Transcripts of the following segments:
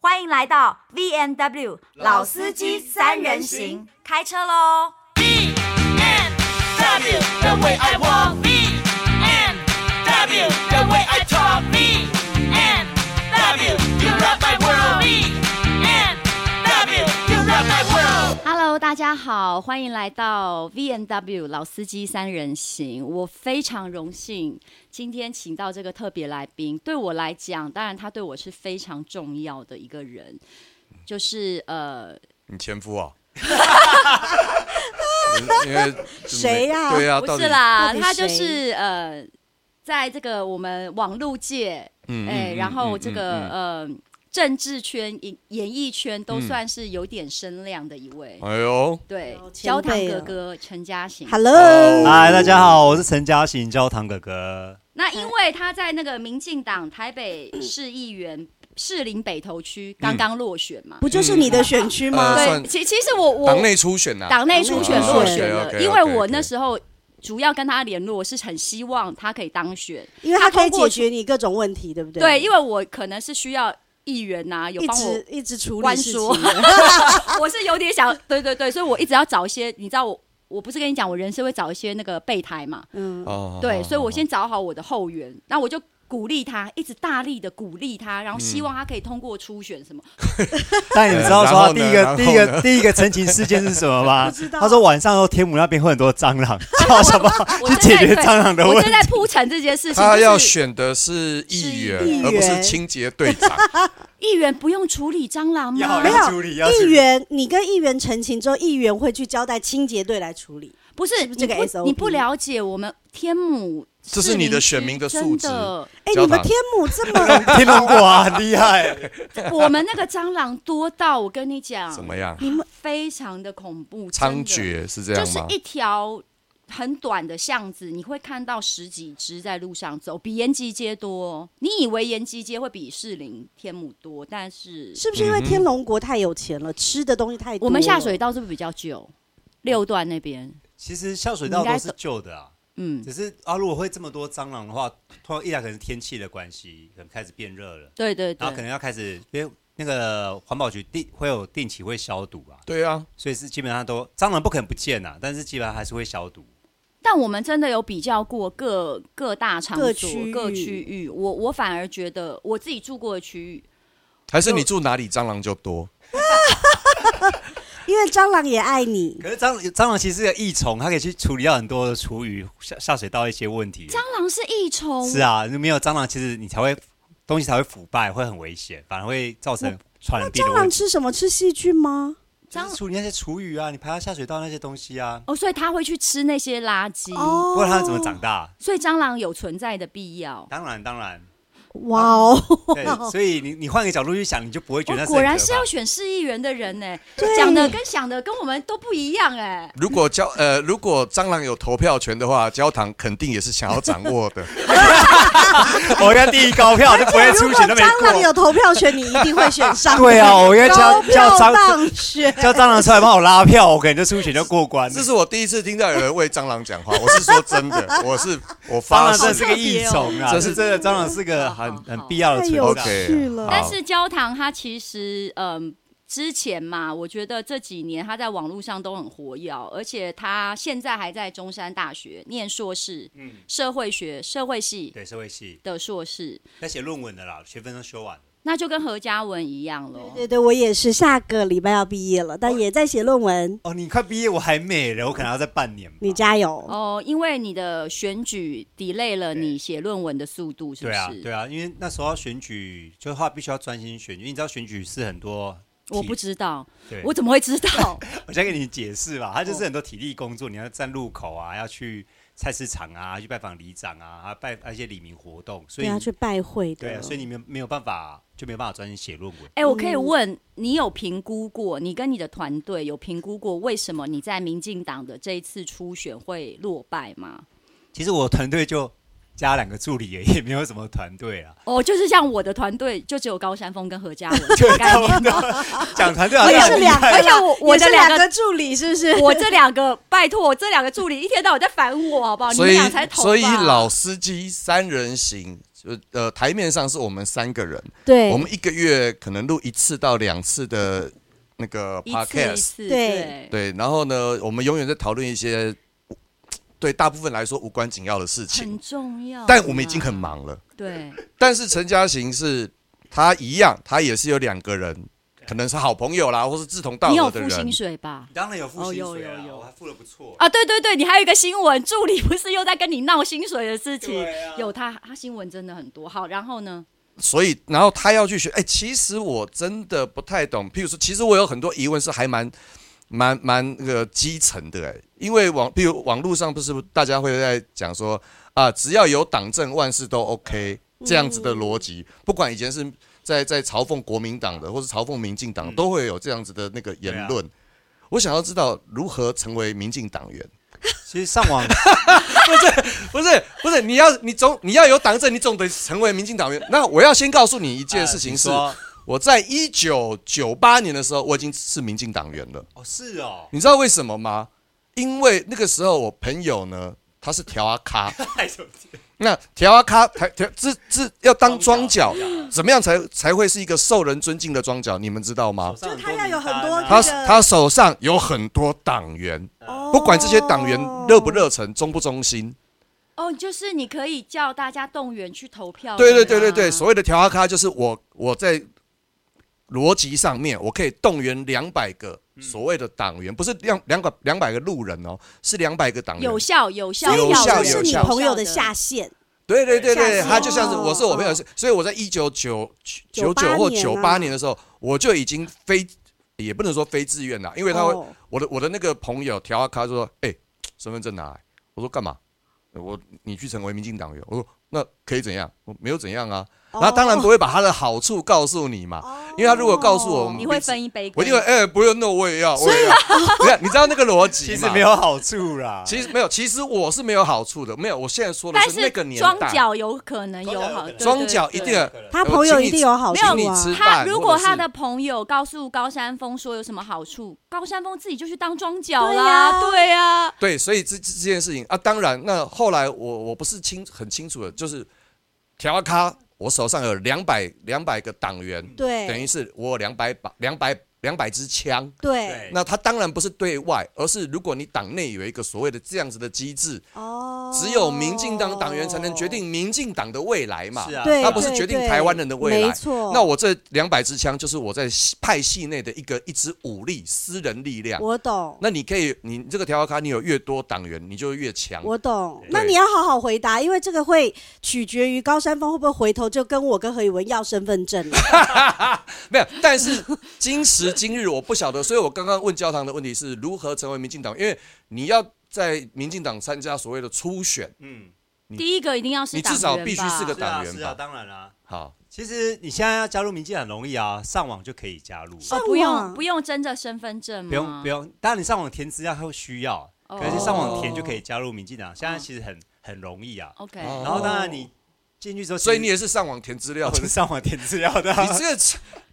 欢迎来到 V N W 老司机三人行，开车喽！ B and W the way I walk. B and W the way I talk. B and W you rock my world. B and W you rock my world. Hello，大家好，欢迎来到 V N W 老司机三人行。我非常荣幸今天请到这个特别来宾，对我来讲，当然他对我是非常重要的一个人，就是呃，你前夫 啊？因为谁呀对呀，不啊到底是啦，到底他就谁是呃，在这个我们网络界，嗯哎、嗯然后嗯这嗯个、嗯呃政治圈、演演艺圈都嗯算是有点声量的一位，哎呦，对，前焦糖辈哦哥了哥陈嘉行。 Hello，嗨，大家好，我是陈嘉行，焦糖哥哥。 那因为他在那个民进党台 北市议员士林北投区刚刚落选嘛，不就是你的选区嗯呃吗？对，嗯算其其实我我党内初选啊呐，党内初选哦落选了， OK，OK，OK，OK 因为我那时候主要跟他联络，是很希望他可以当选，因为他可以通过解决你各种问题，对不对？对，因为我可能是需要议员呐、有一帮我直一直处理关事说 情的。 我是有点想，对对对，所以我一直要找一些，你知道我我不是跟你讲，我人生会找一些那个备胎嘛，嗯，哦，对，所以我先找好我的后援，那我就鼓励他，一直大力的鼓励他，嗯然后希望他可以通过初选 什么。但你知道说他第一然后呢个第一个第一个陈情事件是什么吗？知道他说晚上后天母那边会很多蟑螂，叫什么我去正解在决对蟑螂的我问正题？在铺陈这件事情，他要就是选的是议员是议，员而不是清洁队 长。议员不用处理蟑螂啊吗？没有处理议员，你跟议员澄清之后，议员会去交代清洁队来处理。不是是不是这个你不 SOP 你不了解我们天母市这民区，是你的选民的素质真的哎，交你们代天母这 么，听闻过啊，很厉害。 我们那个蟑螂多到我跟你讲，怎么样？你们非常的恐怖，猖真的獗是这就样是吗？一条很短的巷子，你会看到十几只在路上走，比延吉街多哦。你以为延吉街会比士林天母多，但是是不是因嗯为天龙国太有钱了，吃的东西太多了？我们下水道是不是比较久？六段那边，其实下水道都是旧的啊，嗯，只是啊，如果会这么多蟑螂的话，通常一来可能是天气的关系，可能开始变热了，对对然后可对，能要开始因为那个环保局定会有定期会消毒啊，对啊，所以是基本上都蟑螂不可能不见啊，但是基本上还是会消毒。但我们真的有比较过各各大场所各区、域各区域。我我反而觉得我自己住过的区域，还是你住哪里蟑螂就多？因为蟑螂也爱你。可是蟑蟑螂其实是个益虫，它可以去处理掉很多的厨余下下水道一些问题。蟑螂是益虫，是啊，如果没有蟑螂，其实你才会东西才会腐败，会很危险，反而会造成传染病的蟑螂问题。吃什么？吃细菌吗？蟑就是处理那些厨余啊，你排到下水道那些东西啊，哦，所以它会去吃那些垃圾，哦不管它怎么长大，所以蟑螂有存在的必要。当然当然，哇哦，对，所以你你换个角度去想，你就不会觉我得那哦果然是很可要怕选市议员的人呢、对讲的跟想的跟我们都不一样哎、如果焦呃，如果蟑螂有投票权的话，焦糖肯定也是想要掌握 的。我应该第一高票哎就不会如出果血那没蟑螂过。有投票权，你一定会选上。对啊，我应该高叫票叫蟑当选。叫蟑螂出来帮我拉票，我可能就出血就过关了。这是我第一次听到有人为蟑螂讲话，我是说真的，我是我蟑发螂真誓的。是个益虫好特别啊，哦这是真的，蟑螂是个好很好很好必要的太存有在。趣了好但是焦糖它其实嗯。之前嘛，我觉得这几年他在网络上都很活跃，而且他现在还在中山大学念硕士，社会学社会系嗯对社会系的硕士，在写论文的啦，学分都修完了。那就跟何嘉文一样喽。对对，我也是，下个礼拜要毕业了，但也在写论文。哦，你快毕业，我还没了，我可能要再半年吧。你加油！哦，因为你的选举 delay 了你写论文的速度，是不对是？啊，对啊，因为那时候要选举，就话必须要专心选举。因为你知道选举是很多体，我不知道，对，我我怎么会知道？我先给你解释吧，它就哦是很多体力工作，你要站路口啊，要去菜市场啊，去拜访里长啊，啊拜一些里民活动，所对以啊，去拜会的。对啊，所以你没有没有办法，就没有办法专心写论文。哎、我可以问你有评估过，你跟你的团队有评估过为什么你在民进党的这一次初选会落败吗？其实我团队就加两个助理而已，也没有什么团队 啊。 哦，就是像我的团队就只有高山峰跟何 嘉文对的概念，讲团队哦好我也像是很厉两个害啦，而且我我也的是两两个助理是不是？我这两个拜托我哦这两个助理一天到晚在烦我好不好？你所们以俩才，头所以发老司机三人行就呃台面上是我们三个人，对，我们一个月可能录一次到两次的那个一次一 podcast，次，对对，对，然后呢，我们永远在讨论一些对大部分来说无关紧要的事情很，重要。啊但我们已经很，忙了。对，但是陈嘉行是他一样，他也是有两个人，可能是好朋友啦，或是志同道你有合的付薪人。水吧？当然有哦付薪有水啊有，有我还付的不错。啊，对对对，你还有一个新闻，助理不是又在跟你闹薪水的事情？对啊有他，他新闻真的很多。好，然后呢？所以，然后他要去学。哎、其实我真的不太懂。譬如说，其实我有很多疑问是还蛮、蛮、蛮那个基层的、哎，因为网，譬如网络上不是大家会在讲说啊，只要有党政，万事都 OK 这样子的逻辑，不管以前是在在嘲讽国民党的，或是嘲讽民进党，都会有这样子的那个言论。我想要知道如何成为民进党员。其实上网不是不是，你要你总你要有党政，你总得成为民进党员。那我要先告诉你一件事情是，呃你说我在一九九八年的时候，我已经是民进党员了。哦是哦， 你知道为什么吗？因为那个时候我朋友呢，他是调阿咖，太久那调阿咖调调这这要当庄庄脚脚，怎么样才才会是一个受人尊敬的庄脚？你们知道吗？就他要有很啊多他那个他手上有很多党员，哦不管这些党员热不，热忱、忠不忠心，哦，就是你可以叫大家动员去投票。对对不啊对对对，所谓的调阿咖就是我我在逻辑上面，我可以动员两百个所谓的党员，不是两两百两百个路人哦，是两百个党员有。效有效，所以有你效就有嗯是你效朋友的下线，对对对对，下他线就像是哦我是我朋友，是，所以我在一九九九九98或年嗯九啊八年的时候，我就已经非也不能说非自愿啦，因为他会哦我的我的那个朋友调阿咖就说：“哎、身份证拿来。”我说：“干嘛？”我你去成为民进党员，我说那可以怎样？我没有怎样啊。哦然后当然不会把他的好处告诉你嘛，因为他如果告诉我，我们你会彼此分一杯羹。我一定会哎、不用，那我也要，我也要。你 看，你知道那个逻辑其吗实没，有好处啦。其实没有，其实我是没有好处的，没有。我现在说的但那个年庄代，脚有可能有好，对庄脚对一对定有他朋友一定有好处没有啊请你吃他饭如果他或者的是朋友告诉高山峰说有什么好处，高山峰自己就去当庄脚对啦，呀对呀，对，所以这这这件事情啊，当然，那后来我我不是清很清楚的，就是调阿咖，我手上有两百两百个党员，对，等于是我有两百把两百两百支枪。对，对，哎那他当然不是对外，而是如果你党内有一个所谓的这样子的机制，哦，只有民进党党员才能决定民进党的未来嘛。是啊，对，他不是对决定对台湾人的未来没错。那我这两百支枪就是我在派系内的一个一支武力、私人力量。我懂，那你可以，你这个条条卡，你有越多党员，你就越强。我懂对。那你要好好回答，因为这个会取决于高山峰会不会回头就跟我跟何以文要身份证了。没有，但是今时今日我不晓得，所以我刚刚问焦糖的问题是如何成为民进党，因为你要在民进党参加所谓的初选，嗯，第一个一定要是你党至员少吧，必须是个是啊党员是吧啊，当然啦。好，其实你现在要加入民进党容易啊，上网就可以加入，哦上不用啊网不用真的身份证啊吗？不用不用。当然你上网填资料会需要，哦，可是上网填就可以加入民进党，现在其实很很容易啊。嗯 OK，哎哦然后当然你进去之后，所以你也也是上网填资 料，你上网填资料的啊，这个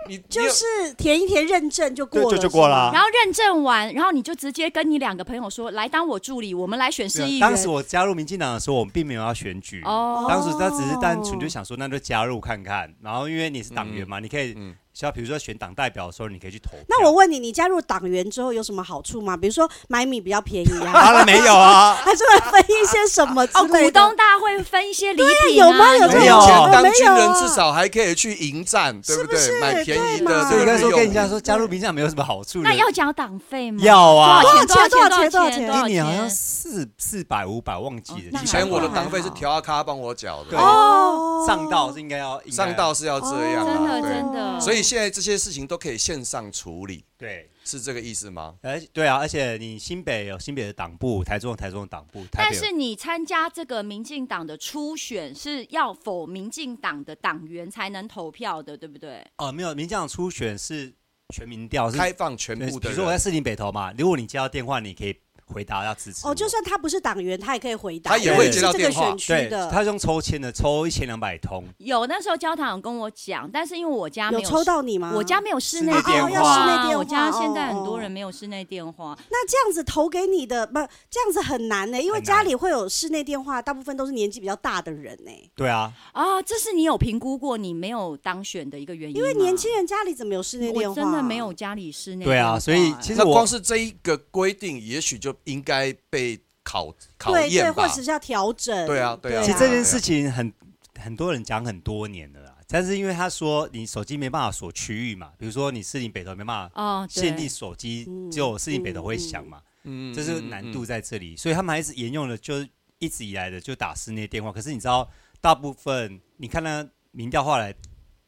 你哦 就是填一填认证就过对了，就就过啦是吗然后认证完，然后你就直接跟你两个朋友说，来当我助理，我们来选市啊议员。当时我加入民进党的时候，我们并没有要选举。哦，当时他只是单纯就想说，那就加入看看。然后因为你是党员嘛，你可以嗯像比如说选党代表的时候，你可以去投票。那我问你，你加入党员之后有什么好处吗？比如说买米比较便宜啊， 当然没有啊，还是会分一些什么之哦，类股的？东大会分一些礼品有吗有啊这种没有没有钱啊当军人，至少还可以去迎战，对不是对？买便宜对的嘛啊这所以个那时候日跟用人家品。说加入民进党没有什么好处的。那要缴党费吗？要啊多少钱？多多少钱少钱？多少钱多多少少一年好像钱？四四百五百，忘记哦了。那还以前我的好党费是调阿咖帮我缴的对，嗯哦，上道是应该要应该上道是要这样真啊，的对。真的，所以现在这些事情都可以线上处理，对。是这个意思吗？而对啊，而且你新北有新北的党部，台中有台中的党部，台但北有是你参加这个民进党的初选是要否民进党的党员才能投票的，对不对？哦没有民进党初啊选是全民调，是开放全部对比的如说我在人，士林北投嘛，如果你接到电话，你可以回答要支持我。哦，就算他不是党员，他也可以回答，他也因会为你接是到这个电话选区对，的，他是用抽签的，抽一千两百通，有那时候焦糖有跟我讲，但是因为我家没有抽到你吗？我家没有室内室内电电话哦要室内电话我家现在很哦多人没有室内电话，那这样子投给你的不，这样子很难呢、因为很难家里会有室内电话，大部分都是年纪比较大的人呢、对啊，啊，这是你有评估过你没有当选的一个原因吗，因为年轻人家里怎么有室内电我话？真的没有。家里室内对电啊，话所以哎其实那我光是这一个规定，也许就应该被考考对对，验或吧者。是要调整。对啊对啊其实这件事情很很多人讲很多年了啦，但是因为他说你手机没办法锁区域嘛，比如说你市林北投没办法哦，对限定手机，只有市林北投会响嘛，嗯这是难度在嗯这里，所以他们还是沿用了就是一直以来的就打室内电话。可是你知道，大部分你看那民调后来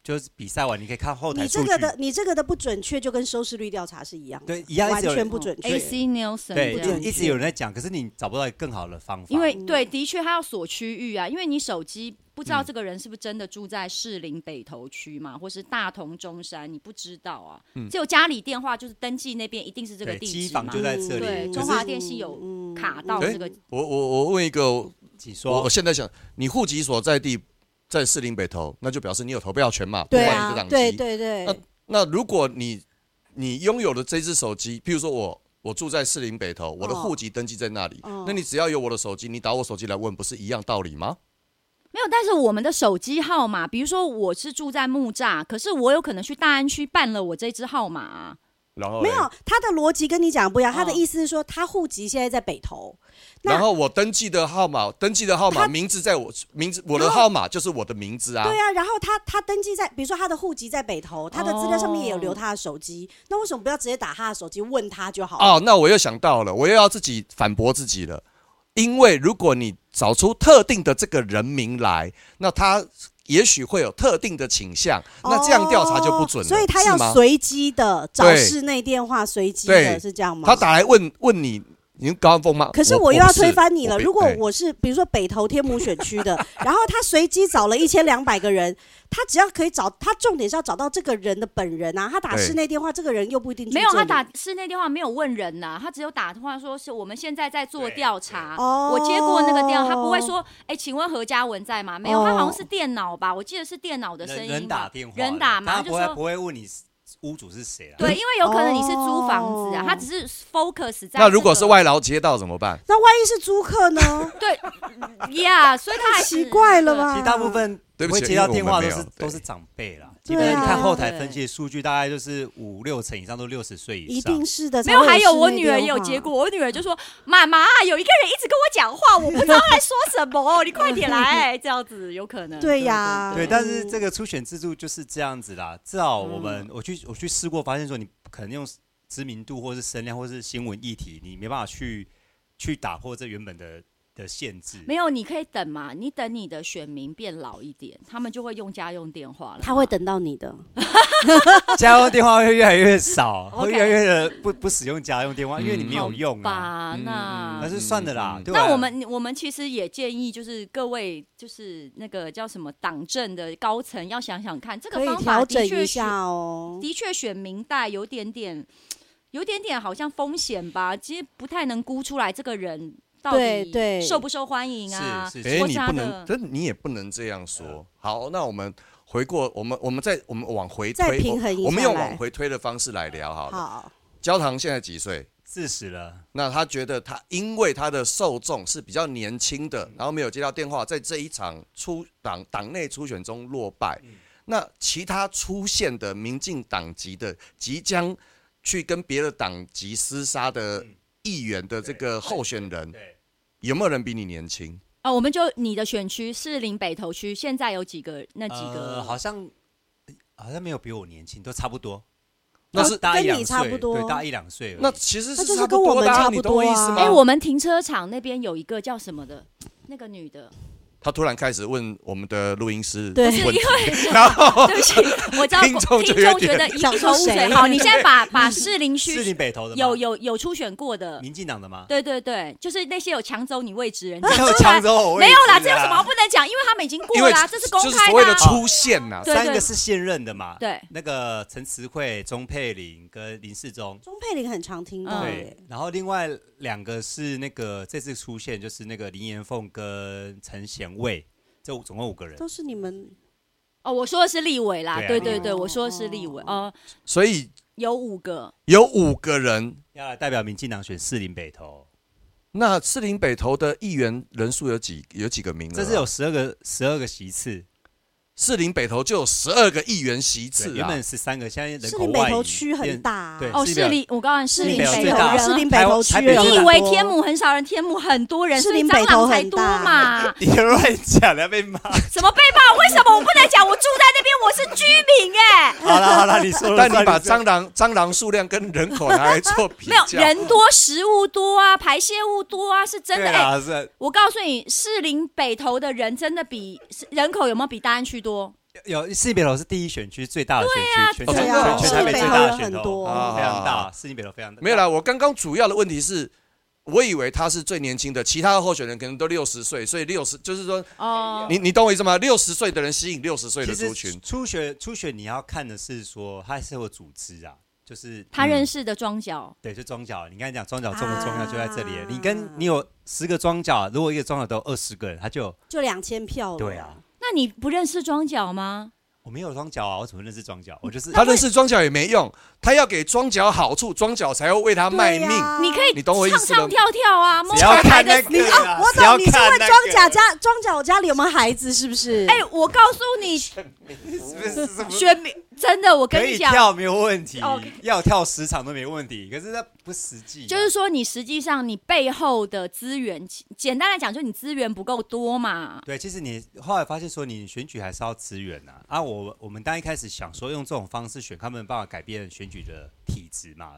就是比赛完，你可以看后台你数这据，个的，你这个的不准确，就跟收视率调查是一样的，对一样完是有全不准确。 AC Nielsen 对，这就样一直有人在讲，可是你找不到更好的方法，因为嗯对，的确它要锁区域啊，因为你手机不嗯知道这个人是不是真的住在士林北投区嘛，或是大同中山，你不知道啊。只有家里电话就是登记那边一定是这个嗯对地机址房嘛。就在这嗯里，对，可中是华电信嗯有卡到这个，我我我问一个，你说我我现在想，你户籍所在地在士林北投，那就表示你有投票权嘛，不对管你这啊档，对期。对对那，那如果你你拥有了这只手机，譬如说我我住在士林北投，我的哦户籍登记在那里，哦那你只要有我的手机，你打我手机来问，不是一样道理吗？没有。但是我们的手机号码，比如说我是住在木栅，可是我有可能去大安区办了我这支号码、啊。然后没嘞有，他的逻辑跟你讲不一样，他的哦意思是说他户籍现在在北投，那然后我登记的号码，登记的号码他名字在我名字，我的号码就是我的名字啊。对啊，然后他他登记在，比如说他的户籍在北投，他的资料上面也有哦留他的手机，那为什么不要直接打他的手机问他就好了？哦，那我又想到了，我又要自己反驳自己了，因为如果你找出特定的这个人名来，那他也许会有特定的倾向，那这样调查就不准了，哦所以他要是吗随机的找对室内电话，随机的对是这样吗？他。打来问问你，你是高安峰吗？可是我我又要推翻你了。不是哎如果哎对我是比如说北投天母选区的，然后他随机找了一千两百个人，他只要可以找，他重点是要找到这个人的本人啊。他打对室内电话，这个人又不一定住没有，这他里打室内电话没有问人呐、他只有打电话说是我们现在在做对调查。哦我接过那个电话，他不会说，哎、请问何嘉文在吗？没有，哦他好像是电脑吧，我记得是电脑的声音人吧。人打电话的，人打他嘛，就不会说不会问你是屋主是谁啦，对，因为有可能你是租房子哦啊，他只是 focus 在、那如果是，外劳街道怎么办？那万一是租客 呢？对 呀，所以他还太是 奇怪了？嗯吧？其实大部分对不会起接到电话都因为我是们没有都是长辈啦，基对本啊上你看后台分析的数据，大概就是五六成以上都六十岁以一上定。是的。没有，才会还有室我内女儿电也有话接过，我女儿就说：“妈妈，有一个人一直跟我讲话，我不知道他在说什 么，你快点来。”这样子有可能。对呀对，但是这个初选制度就是这样子啦。至少我们、嗯我去我去试过，发现说你可能用知名度或是声量或是新闻议题，你没办法去去打破这原本的的限制。没有，你可以等嘛，你等你的选民变老一点，他们就会用家用电话了。他会。等到你的。家用电话会越来越少，会 OK 越来越的不不使用家用电话，因为你没好有用啊。吧？那但是算的啦。嗯对那啊我们我们其实也建议，就是各位就是那个叫什么党政的高层要想想看，这可个以方法调整的确一是下哦。的确选明代有点点，有点点好像风险吧，其实不太能估出来这个人到对底对受不受欢迎啊。是是哎，是，我你家不的能，真你也不能这样说。好，那我们回过，我们我们再我们往回再推，平衡一下我我们用来往回推的方式来聊好了。好，焦糖现在几岁？四十了，那他觉得他因为他的受众是比较年轻的，然后没有接到电话，在这一场初党党内初选中落败。嗯那其他出现的民进党籍的即将去跟别的党籍厮杀的议员的这个候选人，嗯对，有没有人比你年轻？啊，我们就你的选区士林北投区，现在有几个那几呃、个？好像好像没有比我年轻，都差不哦多。那是大跟一两你岁，差不多对，大一两岁而已。那其实那就是差不多的、跟我们差你不哎懂多我啊意思吗？哎、我们停车场那边有一个叫什么的，那个女的，他突然开始问我们的录音师对问不是因题，为，然后对不起，我知道听众就有点觉得一想头说雾水。谁啊好，你现在把把士林是区你北投的吗？有有有初选过的，民进党的吗？ 对对对，就是那些有抢走你位置人没有抢走我位置啊没有啦，这有什么不能讲？ 因为他们已经因过为啦，这是公就是开所谓的啊出现呐、对三个是现任的嘛？对那个陈慈惠、钟佩玲跟林世忠。钟佩玲很常听嗯到对耶，，然后另外两个是那个这次出现就是那个林延凤跟陈贤卫，这总共五个人。都是你们哦，我说的是立委啦，对啊对对对，哦我说的是立委，哦，所以有五个，有五个人。要来代表民进党选士林北投，那士林北投的议员人数有几有几个名额啊、这是有十二个十二个席次，士林北投就有十二个议员席对次原啊，本十三个，现在人士口林外北移投区很变 大啊，对哦，是士的林，我告诉你，士林林北北最投大人士很林北投台区北人投？很你以多为天母很少人，天母很多人，士所以林蟑北投螂才很多大嘛你乱讲，要被骂。什么被骂？为什么我不能讲？我住在那边，我是居民哎、好了好了，你说了但 算，你把说了蟑螂蟑螂数量跟人口拿来做比没 有较，人多，食物多啊，排泄物多啊，是真的对哎、啦，是我告诉你，士林北投的人真的比是人口有没有比大安区多？有士林北投是第一选区最大的选区，全对台啊全全台北最大的选士林北投人很投，多啊非常大，士林北投非常大，没有啦，我刚刚主要的问题是，我以为他是最年轻的，其他的候选人可能都六十岁，所以六十就是说，哦，你你懂我意思吗？六十岁的人吸引六十岁的其族实群，初选初选你要看的是说它是有组织啊，就是嗯他认识的庄脚，对，就庄脚。你刚才讲庄脚重不重要啊就在这里了，你跟你有十个庄脚，啊如果一个庄脚都有二十个人，他就就两千票了。对啊，那你不认识庄脚吗？我没有庄脚啊，我怎么认识庄脚？我就是他认识庄脚也没用，他要给庄脚好处，庄脚才会为他卖对命。呀，你可以你懂我意唱思吗唱跳跳啊，摸只要摸看台那的个你啊，哦，我只要懂，你是看问那个庄甲家庄甲家里有没有孩子，是不是？哎、我告诉你， 选民真的，我跟可你以讲，跳没有问题哦，要跳十场都没问题，可是那不实际啊，就是说你实际上你背后的资源，简单来讲，就你资源不够多嘛。对，其实你后来发现说，你选举还是要资源呐、啊。我我们当一开始想说用这种方式选，他们有办法改变选举的体制嘛，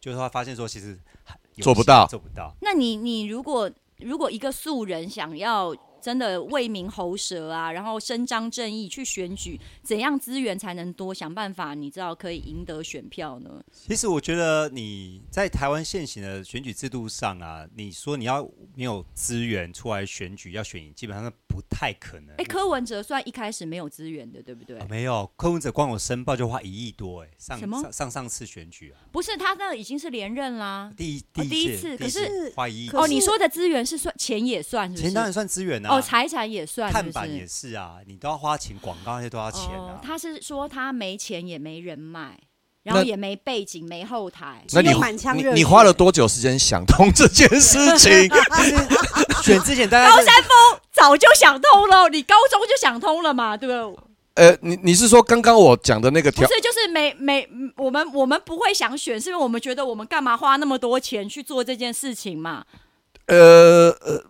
就是后来发现说，其实还有做不些到做不到。那你你如果如果一个素人想要真的为民喉舌啊，然后伸张正义去选举，怎样资源才能多？想办法，你知道可以赢得选票呢？其实我觉得你在台湾现行的选举制度上啊，你说你要没有资源出来选举要选赢，基本上是不太可能。哎、柯文哲算一开始没有资源的，对不对？啊没有，柯文哲光我申报就花一亿多哎、上什么上上上次选举啊，不是，他那已经是连任啦。第一哦一第一届次第可一是次花一亿可哦，是你说的资源是算钱也算是不钱是？当然算资源啊，哦，财产也算，是看不板也是？是啊，你都要花钱，广告那些都要钱哦啊。，他是说他没钱也没人脉，然后那也没背景没后台。那你只有满腔你热血你花了多久时间想通这件事情？啊选之前大家高是山峰早就想通了，你高中就想通了嘛，对不对？呃，你你是说刚刚我讲的那个不条？是，就是没没嗯我们我们不会想选，是因为我们觉得我们干嘛花那么多钱去做这件事情 嘛？呃呃，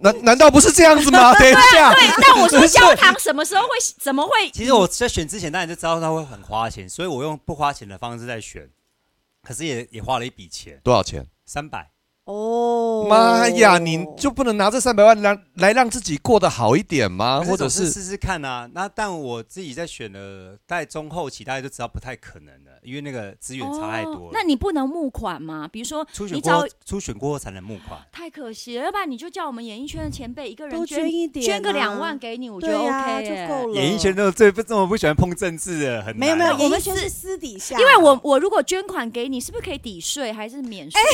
难难道不是这样子吗？等一下，对，但我说焦糖什么时候会怎么会？其实我在选之前，当然就知道他会很花钱，所以我用不花钱的方式在选，可是也也花了一笔钱，多少钱？三百。哦，妈呀，你就不能拿这三百万来来让自己过得好一点吗？啊或者总是试试看啊。那但我自己在选了，在中后期大家就知道不太可能了，因为那个资源差太多哦了。那你不能募款吗？比如说初选你过找后，初选过后才能募款。太可惜了，要不然你就叫我们演艺圈的前辈一个人多捐一点啊，捐个两万给你，我觉得对 OK，、啊就够。了。演艺圈都最不这么不喜欢碰政治的，很啊没有没啊有，我演们艺圈是是私底下，因为我我如果捐款给你，是不是可以抵税还是免税？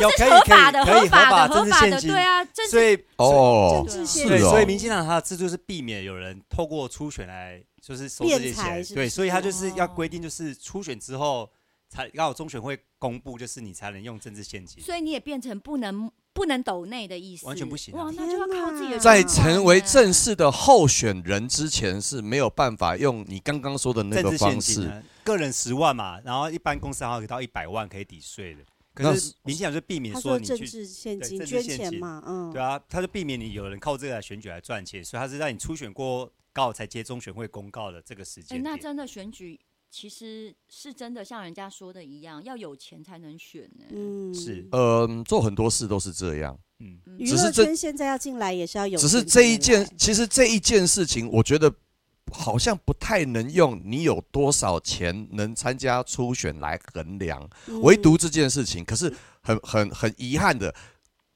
有这哎是可以合可以法的，可以法法的，政合治法现的，金，对啊，政治所以哦政，是治现对，哦所以民进党它的制度是避免有人透过初选来就是收这些敛财钱，啊是不对，是所以它就是要哦规定，就是初选之后才要有中选会公布，就是你才能用政治现金。所以你也变成不能不能抖内的意思，完全不行啊哇，那就要靠自己的天哪在存款成为正了式的候选人之前是没有办法用你刚刚说的那政个治现方金式。呢，个人十万嘛，然后一般公司好像可以到一百万可以抵税的，可那是民进党就避免他说说你政去。治现对金政治捐现钱金嘛，嗯，对啊，他就避免你有人靠这个来选举来赚钱，所以他是让你初选过告才接中选会公告的这个时哎、间那点。真的选举其实是真的像人家说的一样，要有钱才能选呢、嗯是嗯、做很多事都是这样。嗯，娱只是乐这圈现在要进来也是要有，只是这一件，，其实这一件事情，我觉得好像不太能用你有多少钱能参加初选来衡量，嗯唯独这件事情。可是很很很遗憾的，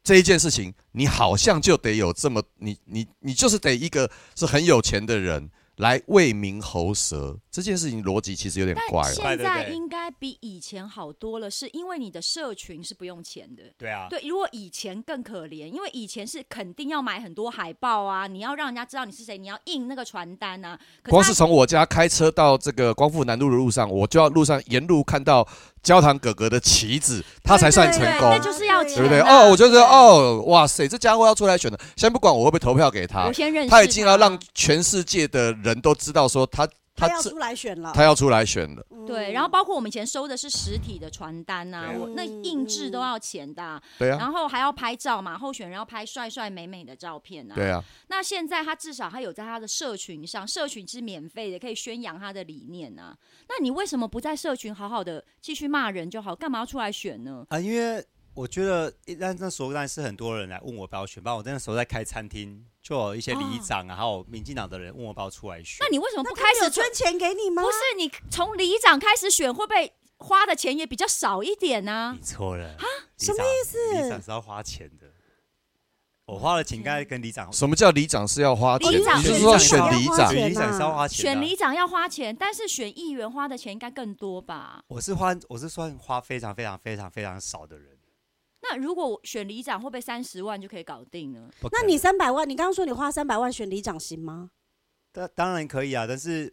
这一件事情，你好像就得有这么，你你你就是得一个是很有钱的人来为民喉舌，这件事情逻辑其实有点怪啊但现了。怪对不在对应该比以前好多了，是因为你的社群是不用钱的。对啊，对，如果以前更可怜，因为以前是肯定要买很多海报啊，你要让人家知道你是谁，你要印那个传单啊。可光他是从我家开车到这个光复南路的路上，我就要路上沿路看到焦糖哥哥的旗子，他才算成对，功那。就是要钱、啊，对不对？哦，我就觉得，哦，哇塞，这家伙要出来选了。先不管我会不会投票给他我，先认识他已经要让全世界的人都知道说他他他要这出来选了。他要出来选了。嗯对，然后包括我们以前收的是实体的传单呐、对我那印制都要钱的啊、对啊，然后还要拍照嘛，候选人要拍帅帅美美的照片啊。对啊，那现在他至少他有在他的社群上，社群是免费的，可以宣扬他的理念啊。那你为什么不在社群好好的继续骂人就好？干嘛要出来选呢？啊，因为我觉得那那时候当然是很多人来问我要不要选，包括我那时候在开餐厅，就有一些里长啊，还有民进党的人问我要不要出来选。那你为什么那不他开没始有捐钱给你吗？不是你从里长开始选，会不会花的钱也比较少一点呢、你错了啊？什么意思里长是要花钱的，我花了钱，刚才跟里长，什么叫里长是要花钱？里长你是说啊选里花长钱？选里长是要花钱的啊。选里长要花钱，但是选议员花的钱应该更多吧？我是花，我是算花非常非常非常非常少的人。那如果我选里长，会不会三十万就可以搞定呢？不可那能你三百万，你刚刚说你花三百万选里长行吗？当当然可以啊，但是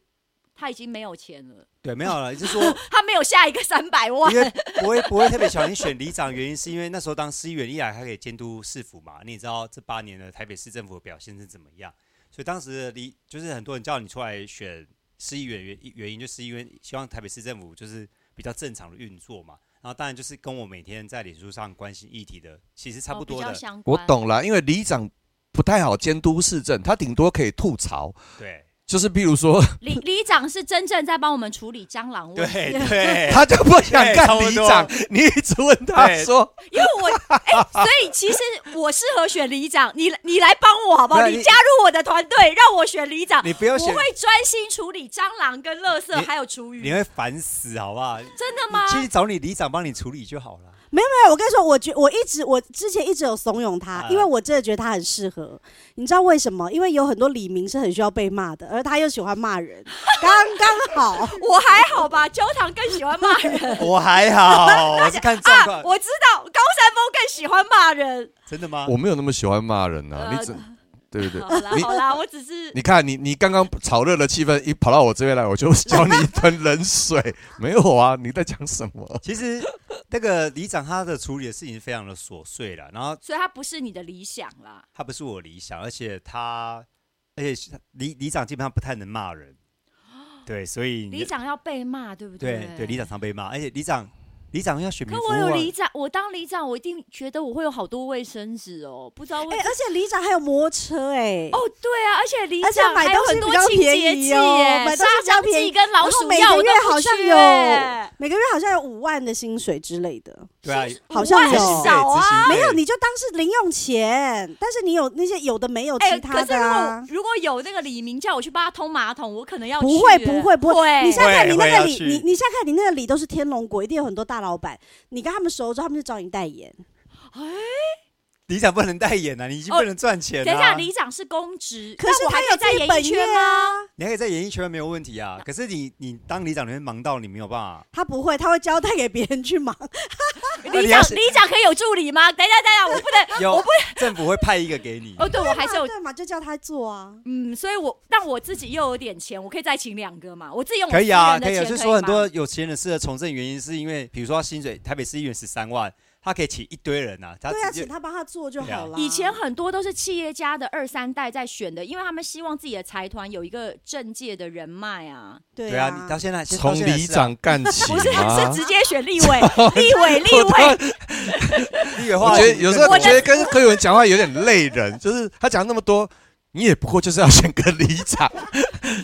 他已经没有钱了，对没 有了，就是说他没有下一 个三百万因。为不会不会特别喜欢你选里长，原因是因为那时候当市议员一来，他可以监督市府嘛。你也知道这八年的台北市政府的表现是怎么样，所以当时的里就是很多人叫你出来选市议员原原因，就是因为希望台北市政府就是比较正常的运作嘛。然后当然就是跟我每天在脸书上关心议题的，其实差不多哦、比的。较相我关。懂了，因为里长不太好监督市政，他顶多可以吐槽，对就是比如说里里长是真正在帮我们处理蟑螂问题，对对， 他就不想对哎差干不里多长，你一直问他对说， 因为 我哎、所以其实我适合选里长，你你来帮我好不好？对啊你你加入我的团队，让我选里长，你不要我选，会专心处理蟑螂跟垃圾你还有厨你余。会烦死，好不好？你真的吗？其实找你里长帮你处理就好了。没有哎没有，我跟你说，我觉我一直我之前一直有怂恿他，啊哎因为我真的觉得他很适合。你知道为什么？因为有很多李明是很需要被骂的，而他又喜欢 骂人，刚刚好。我还好吧， 焦糖更喜欢骂 人我还 好，我是看状啊况，，我知道高山峰更喜欢骂人。真的吗？我没有那么喜欢骂人啊，呃你只对不对好？啦你好啦，我只是你看，你你刚刚炒热的气氛一跑到我这边来，我就浇你一盆冷水。没有啊，你在讲什么？其实那个里长他的处理的事情非常的琐碎了，然后所以他不是你的理想啦。他不是我理想，而且他，而且是里里长基本上不太能骂 人，对，所以你里长要被骂，对不对对里长常被骂，而且里长里长要选民可服务、我啊，有里长，我当里长，我一定觉得我会有好多卫生纸哦，不知道为哎、而且里长还有摩托车哎、哦，对啊，而且里而且长买还有东西很比多较清便洁宜剂哦耶，买杀东西比较蟑便剂宜跟老然后鼠每药个我月都不好像缺有耶每个月好像有五万的薪水之类的，对啊，好像很有少啊。没有你就当是零用钱，但是你有那些有的没有哎、其可他是的如啊。果如果有那个李明叫我去帮他通马桶，我可能要不去会耶不会不会，你现在看你那会个会里，要去你你现在看你那个里都是天龙国，一定有很多大老板，你跟他们熟之后，他们就找你代言。里长不能代言啊，你已经哦不能赚钱、啊等一下，里长是公职，可是那我他还可以有在自己演艺本业圈吗？啊，你还可以在演艺圈没有问题啊，可是你你当里长你会忙到你没有办法，他不会，他会交代给别人去忙。那里你长要是里长可以有助理吗？等一下等一下， 我不能。有政府会派一个给你， 哦，对，我还是有对嘛，就叫他做啊。嗯，所以我但我自己又有点钱，我可以再请两个嘛，我自己用我可以啊，哦私可人以啊，的就钱是以说很吗多有钱人适合从政，原因是因为比如说他薪水台北市议员十三万，他可以请一堆人啊，他对啊，直请接他帮他做就好了。以前很多都是企业家的二三代在选的，因为他们希望自己的财团有一个政界的人脉啊，对对啊，你到现在啊从里，长干起不是、 吗是？直接选立 委，立委立委，立委我话觉得有时候我我的觉得跟柯文讲话有点累人，就是他讲那么多，你也不过就是要选个里 长。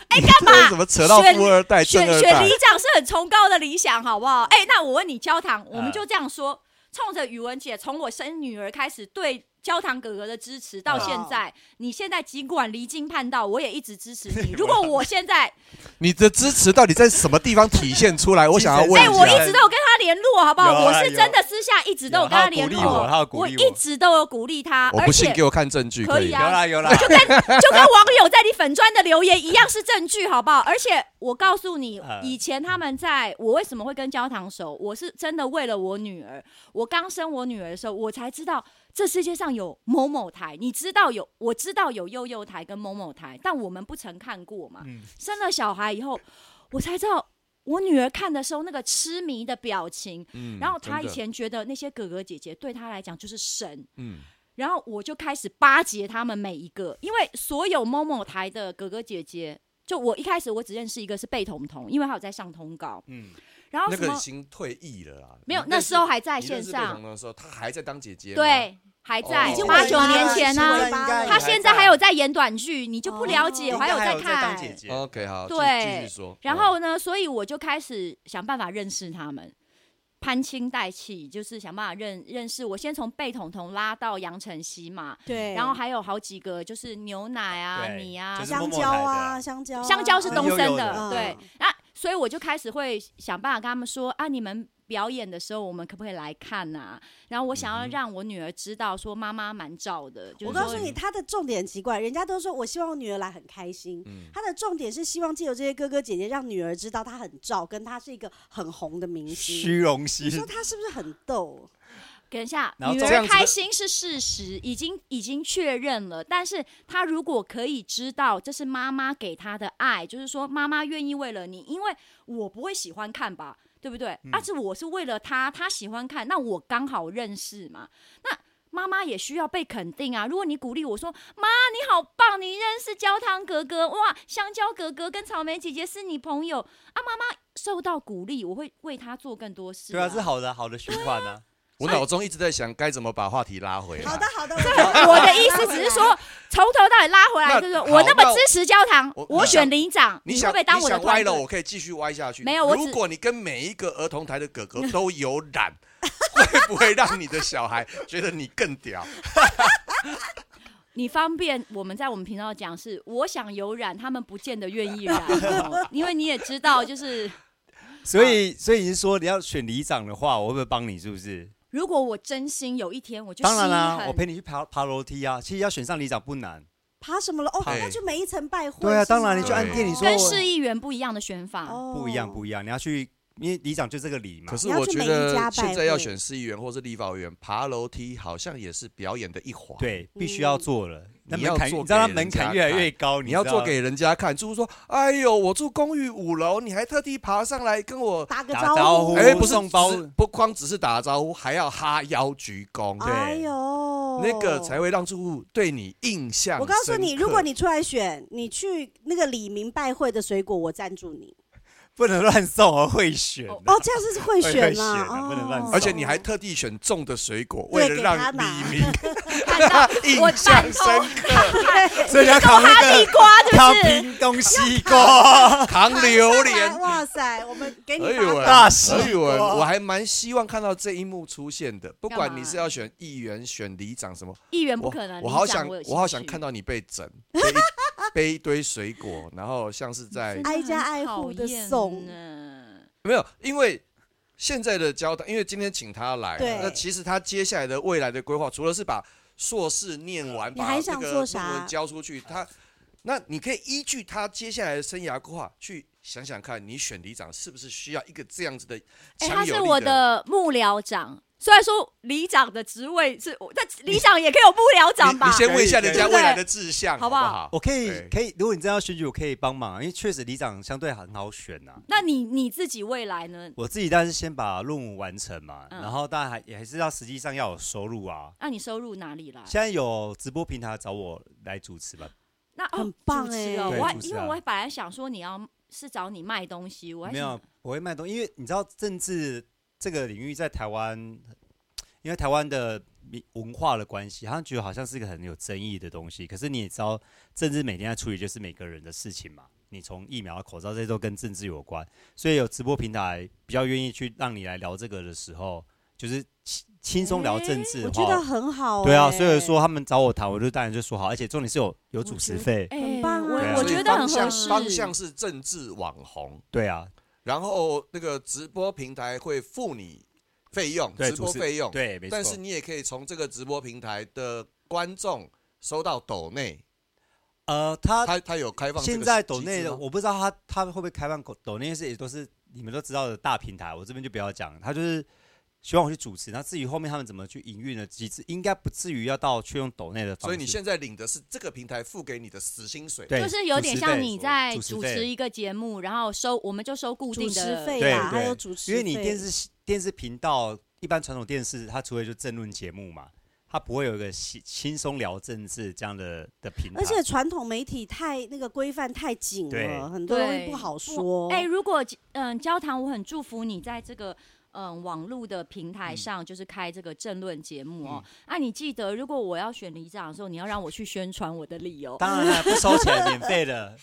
哎，干嘛怎么扯到选富二代、正选二选代里？长是很崇高的理想，好不好？哎、那我问你，焦糖，我们呃就这样说，冲着宇文姐从我生女儿开始对焦糖哥哥的支持啊到现在，你现在尽管离经叛道，我也一直支持 你。如果我现在，你的支持到底在什么地方体现出来？我想要问哎、一我一下。直都有跟他联络，好不好？啊有啊我是真的私下一直都跟联络，有啊他有鼓励我他有鼓励我一直都有鼓励他，我而不信，且给我看证据可以以嗯啊有啦有啦，就跟就跟网友在你粉砖的留言一样是证据，好不好？而且我告诉你嗯呃，以前他们在我为什么会跟焦糖熟，我是真的为了我女儿。我刚生我女儿的时候，我才知道这世界上有某某台，你知道有，我知道有幼幼台跟某某台，但我们不曾看过嘛。嗯生了小孩以后，我才知道。我女儿看的时候那个痴迷的表情，嗯然后她以真的前觉得那些哥哥姐姐对她来讲就是神，嗯，然后我就开始巴结他们每一个，因为所有某某台的哥哥姐姐，就我一开始我只认识一个是贝彤彤，因为他有在上通告，嗯，然后那什么、个已经退役了啦。没有，你那认识时候还在你认线识贝上彤，的时候，他还在当姐姐。，对，还在哦已经八尾九巴年了前是呢、尾巴了他现在还有在演短剧，你就不了解，哦我还有在看。哦当姐姐， OK，好，继对继续说。嗯然后呢，所以我就开始想办法认识他们，攀亲带戚，就是想办法认认识。我先从贝彤彤拉到杨晨曦嘛，对，然后还有好几个就是牛奶啊、对你啊就、是香蕉啊，香蕉啊，香蕉是东升很悠悠的，的对嗯。那、所以我就开始会想办法跟他们说啊，你们表演的时候，我们可不可以来看啊？然后我想要让我女儿知道，说妈妈蛮照的，就我是告诉说。你，他的重点很奇怪，人家都说我希望我女儿来很开心，嗯他的重点是希望借由这些哥哥姐姐，让女儿知道她很照，跟她是一个很红的明星。虚荣你说心，他是不是很 逗？等一下，然后女这儿样子的开心是事实，已经已经确认了。但是她如果可以知道这是妈妈给她的爱，就是说妈妈愿意为了你，因为我不会喜欢看吧，对不对？嗯但是我是为了她，她喜欢看，那我刚好认识嘛，那。妈妈也需要被肯定啊！如果你鼓励我说：“妈，你好棒，你认识焦糖哥哥，哇，香蕉哥哥跟草莓姐姐是你朋友啊！”妈妈受到鼓励，我会为她做更多事、对啊，是好的好的循环啊，我脑中一直在想该怎么把话题拉回来。好的，好 的，我的意思只是说，从头到尾拉回来，那就是好我那么那支持焦糖，我我选领长，你会想不会当你我的想团歪了，队我？可以继续歪下去。没有我只如果你跟每一个儿童台的哥哥都有染， 会不会让你的小孩觉得你更 屌？你方便我们在我们频道讲是，我想有染，他们不见得愿意染，哦 因为你也知道，就是所以所以你是说你要选里长的话，我会不会帮你？是不是？如果我真心有一天我就当然啦心，我狠陪你去爬爬楼梯啊。其实要选上里长不难，爬什么了？哦，对他去每一层拜会。哎对啊是吗当然你去按店你说跟市议员不一样的选法，哦不一样不一样。你要去，因为里长就这个里嘛可。是你要我去觉每一得家现拜在要会选市议员或是立法委员，爬楼梯好像也是表演的一环。，对，必须要做了。那你门要槛，做你知道给它人门家槛越来越高，你要知道做给人家看，就是说，哎呦，我住公寓五楼，你还特地爬上来跟我，哦打个打招呼呼。哎，不是送包只是不光只是打招呼，还要哈腰鞠躬，对哎呦，那个才会让住户对你印象深刻。我告诉你，如果你出来选，你去那个李明拜会的水果，我赞助你。不能乱送哦，会选的。哦，这样是会选啦，会选啊不能乱哦送而且你还特地选中的水果，对为了让给他拿李 明看到 我印赞象同深刻，所以你要扛那地个瓜是扛不是？屏东西瓜，扛 榴爬上莲来。哇塞，我们给你哎发呦喂，大大西瓜哎呦喂，我还蛮希望看到这一幕出现的。不干管嘛你是要选议员、选里长什么，议员不我可啊能，我好里长想，我有我好想兴趣看到你被整，背一 背一堆水果，然后像是在爱家爱户的送呢。没有，因为现在的交代，因为今天请他来，对那其实他接下来的未来的规划，除了是把硕士念完，你把还这想个做论啥文交出去，他那你可以依据他接下来的生涯规划去想想看，你选里长是不是需要一个这样子的哎、强他有是力我的。的幕僚长，虽然说里长的职位是，我但里长也可以有幕僚长你吧你？先问一下可以人可以家未来的志向，好好不不好好？ 我可以对可以，如果你真的要选举，我可以帮忙，因为确实里长相对很好选呐、那你你自己未来呢？我自己当然是先把论文完成嘛，嗯然后当然还也还是要实际上要有收入啊。那、你收入哪里来？现在有直播平台找我来主持吧，那哦，很棒主持哦，哎我还对主持因为啊我本来想说你要是找你卖东西，我还没有想我会卖东西，因为你知道政治这个领域在台湾，因为台湾的民文化的关系，好像觉得好像是一个很有争议的东西。可是你也知道，政治每天在处理就是每个人的事情嘛。你从疫苗、口罩这些都跟政治有关，所以有直播平台比较愿意去让你来聊这个的时候，就是轻轻松聊政治我的觉话，得很好、欸。对啊，所以说他们找我谈，我就当然就说好，而且重点是有有主持费，哎很棒啊对啊我我所以觉得很方向合适。方向是政治网红，对啊，然后那个直播平台会付你费用，对直播主持费用，对，没错。但是你也可以从这个直播平台的观众收到抖内，呃，啊他他他有开放这个现在机制抖内的，吗我不知道他他会不会开放抖抖内是也都是你们都知道的大平台，我这边就不要讲，他就是希望我去主持，那至于后面他们怎么去营运的机制，应该不至于要到去用抖内的方式。所以你现在领的是这个平台付给你的死薪水，对就是有点像你在主主持持一个节目，然后收我们就收固主定持的费对啦，还对有主持因费，为你电视电视频道一般传统电视，它除非就政论节目嘛，它不会有一个轻轻松聊政治这样的的平台。而且传统媒体太那个规范太紧对了，很多东对，西不好说。哎、如果嗯，焦糖，我很祝福你在这个。嗯，网络的平嗯台上就是开这个政论节目哦。啊，你记得，如果我要选里长的时候，你要让我去宣传我的理由。当然了，不收钱，免费的，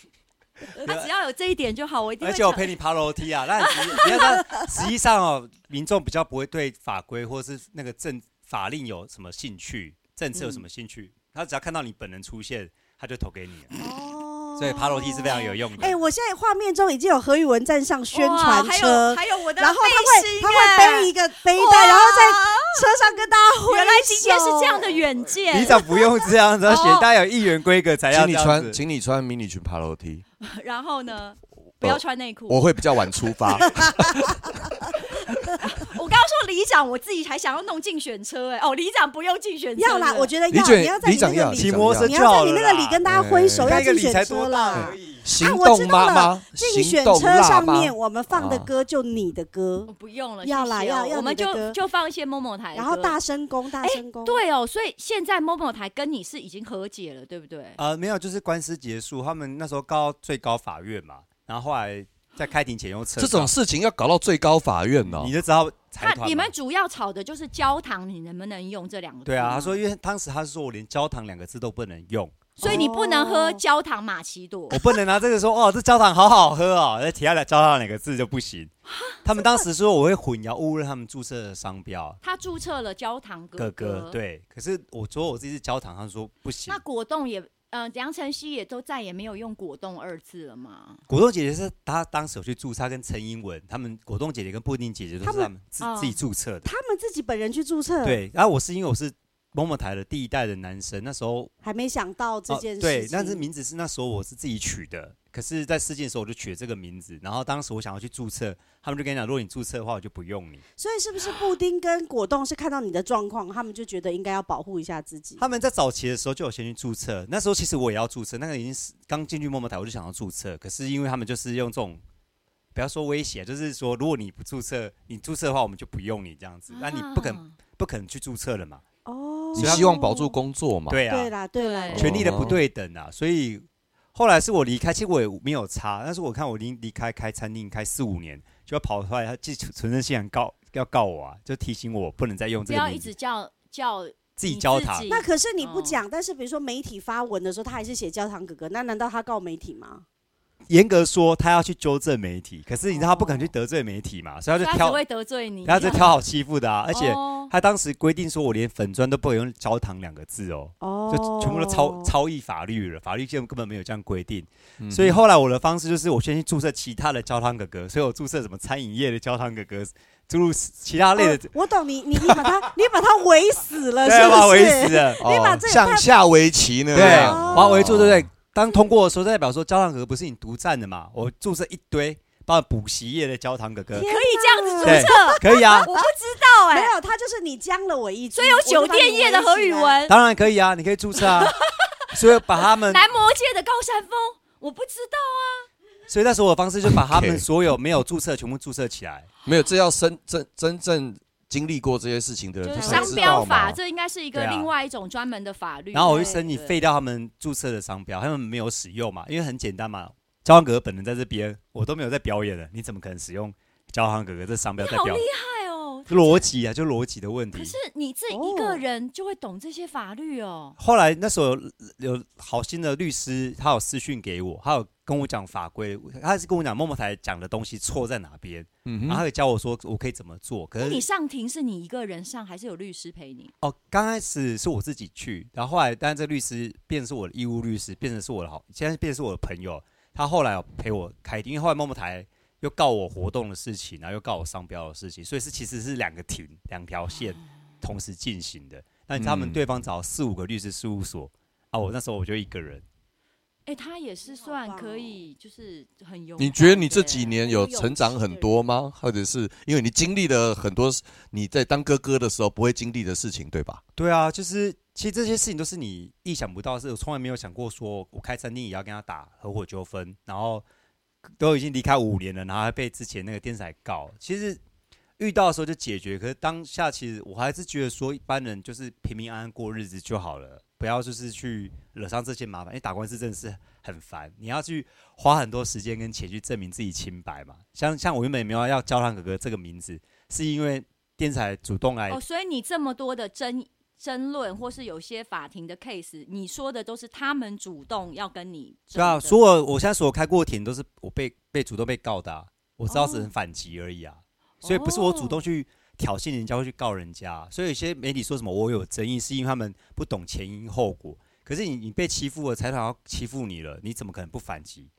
啊，只要有这一点就好，我一定而会且我讲。陪你爬楼梯啊。那 实你要看，实际上哦，民众比较不会对法规或是那个政法令有什么兴趣，政策嗯有什么兴趣，他只要看到你本人出现，他就投给你了。哦所以爬楼梯是非常有。用的。哎、我现在画面中已经有何宇文站上宣传哇车，还有还有我的背然后他会心他会哎背一个背带，然后在车上跟大家挥手。原来今天是这样的远见。里长不用这样子，而且哦大家有议员规格才要请这你样穿，子。请你穿迷你裙爬楼 梯，然后呢，不要穿内裤。我会比较晚出 发。哎我刚刚说里长，我自己还想要弄竞选车哎、哦，里长不用竞选车。要啦，我觉得要，李卷你要在你李长那个要里骑摩托车你就要在好了你啦。那个里跟大家挥手，哎要看一个竞理选才车多啦大而。已。行我知动道妈妈了，竞行选动车辣上妈，面我们放的歌就你的歌我，不用了，要谢啦谢哦要要我们你的就歌就放一些某某台的歌，然后大声公，大声公。，对哦，所以现在某某台跟你是已经和解了，对不对？呃，没有，就是官司结束，他们那时候告到最高法院嘛，然后后来在开庭前又撤告。这种事情要搞到最高法院哦你。就知道财他团嘛。你们主要吵的就是焦糖，你能不能用这两个字？对啊，嗯他说，因为当时他是说我连焦糖两个字都不能用，所以你不能喝焦糖玛奇朵我。不能拿这个说哦，这焦糖好好喝哦，那其他的焦糖两个字就不行。他们当时说我会混淆误认他们注册的商标，他注册了焦糖哥哥哥。对，啊可是我说我自己是焦糖，他说不行那。果冻也，呃，梁晨曦也都再也没有用果冻二字了嘛。果冻姐姐是她当时有去注册，她跟陈英文他们果冻姐姐跟布丁姐姐都他是们他们自自己哦注册的。他们自己本人去注册，，对，然后我是因为我是某某台的第一代的男生，那时候还没想到这哦件事情。对，但是名字是那时候我是自己取的，可是，在事件的时候我就取了这个名字，然后当时我想要去注册，他们就跟你讲，如果你注册的话，我就不用你。所以是不是布丁跟果冻是看到你的状况，他们就觉得应该要保护一下自己？他们在早期的时候就有先去注册，那时候其实我也要注册，那个已经是刚进去陌陌台，我就想要注册，可是因为他们就是用这种。不要说威胁，就是说，如果你不注册，你注册的话，我们就不用你这样子。那、你不肯啊不肯去注册了嘛？哦，你希望保住工作嘛？，对啊，对啦，对啦，对权力的不对等啊，所以后来是我离开，其实我也没有差，但是我看我已经离开开餐厅开四五年，就要跑出来，他寄存证信函告要告我啊，就提醒我不能再用不这个要名一字直叫叫自己教他你自。己那可是你不哦讲，但是比如说媒体发文的时候，他还是写焦糖哥哥，那难道他告媒体吗？严格说，他要去纠正媒体，可是你知道他不肯去得罪媒体嘛，所以所以他就他只挑，会得罪你。啊他就挑好欺负的啊，而且。哦他当时规定说，我连粉砖都不可以用“焦糖”两个字哦，哦，就全部都超。超译法律了，法律界根本没有这样规定。所以后来我的方式就是，我先去注册其他的焦糖哥哥，所以我注册什么餐饮业的焦糖哥哥，注入其他类的，哦我懂你，你你把他， 你把他围死了，对，哦是不是？我把它围死了。哦哦你把这个像看下围棋那对，样，把它围住，对不对？当通过的时候，代表说焦糖哥哥不是你独占的嘛，我注册一堆，包括补习业的焦糖哥哥，可以这样子注对册，，可以啊，我不知道哎、没有，他就是你将了我一军，所以有酒店业的何宇我就把你围起来，文，当然可以啊，你可以注册啊。 所以把他们，男模界的高山峰，我不知道啊。所以那时候我的方式就把他 OK 们所有没有注册全部注册起来。没有，这要真真真正经历过这些事情的人就才是知道商嘛。标法，这应该是一对个啊另外一种专门的法律。然后我对就申你对废掉他们注册的商标，他们没有使用嘛，因为很简单嘛，焦糖哥哥本人在这边，我都没有在表演了，你怎么可能使用焦糖哥哥这商标你在好表厉演？害哦！逻辑啊，就逻辑的问题可。是你自己一个哦人就会懂这些法律哦。后来那时候有有好心的律师，他有私讯给我，他有跟我讲法规，他是跟我讲默默台讲的东西错在哪边，嗯然后哼，他也教我说我可以怎么做。可呃那你是上庭是你一个人上，还是有律师陪你？哦，刚开始是我自己去，然后后来，但这律师变成是我的义务律师，变成是我的好，现在变成是我的朋友。他后来有陪我开庭，因为后来默默台又告我活动的事情，然后又告我商标的事情，所以是其实是两个庭两条线同时进行的。但他们嗯对方找四五个律师事务所啊，我那时候我就一个人。哎、他也是算棒可哦以，就是很勇敢的。你觉得你这几年有成长很多吗？或者是因为你经历了很多你在当哥哥的时候不会经历的事情，对吧？对啊，就是其实这些事情都是你意想不到的事，我从来没有想过说我开餐厅也要跟他打合伙纠纷，然后都已经离开五年了，然后还被之前那个电视台告。其实遇到的时候就解决，可是当下其实我还是觉得说一般人就是平平安安过日子就好了，不要就是去惹上这些麻烦，因为打官司真的是很烦，你要去花很多时间跟钱去证明自己清白嘛。像像我原本也没有要叫他哥哥这个名字，是因为电视台主动来哦，所以你这么多的争争论，或是有些法庭的 case，你说的都是他们主动要跟你争对啊，的所有我现在所有开过的庭都是我被被主动被告的啊、我知道只能反击而已啊，所以不是我主动去挑衅人家或去告人家啊、所以有些媒体说什么我有争议，是因为他们不懂前因后果。可是你你被欺负了，财团要欺负你了，你怎么可能不反击？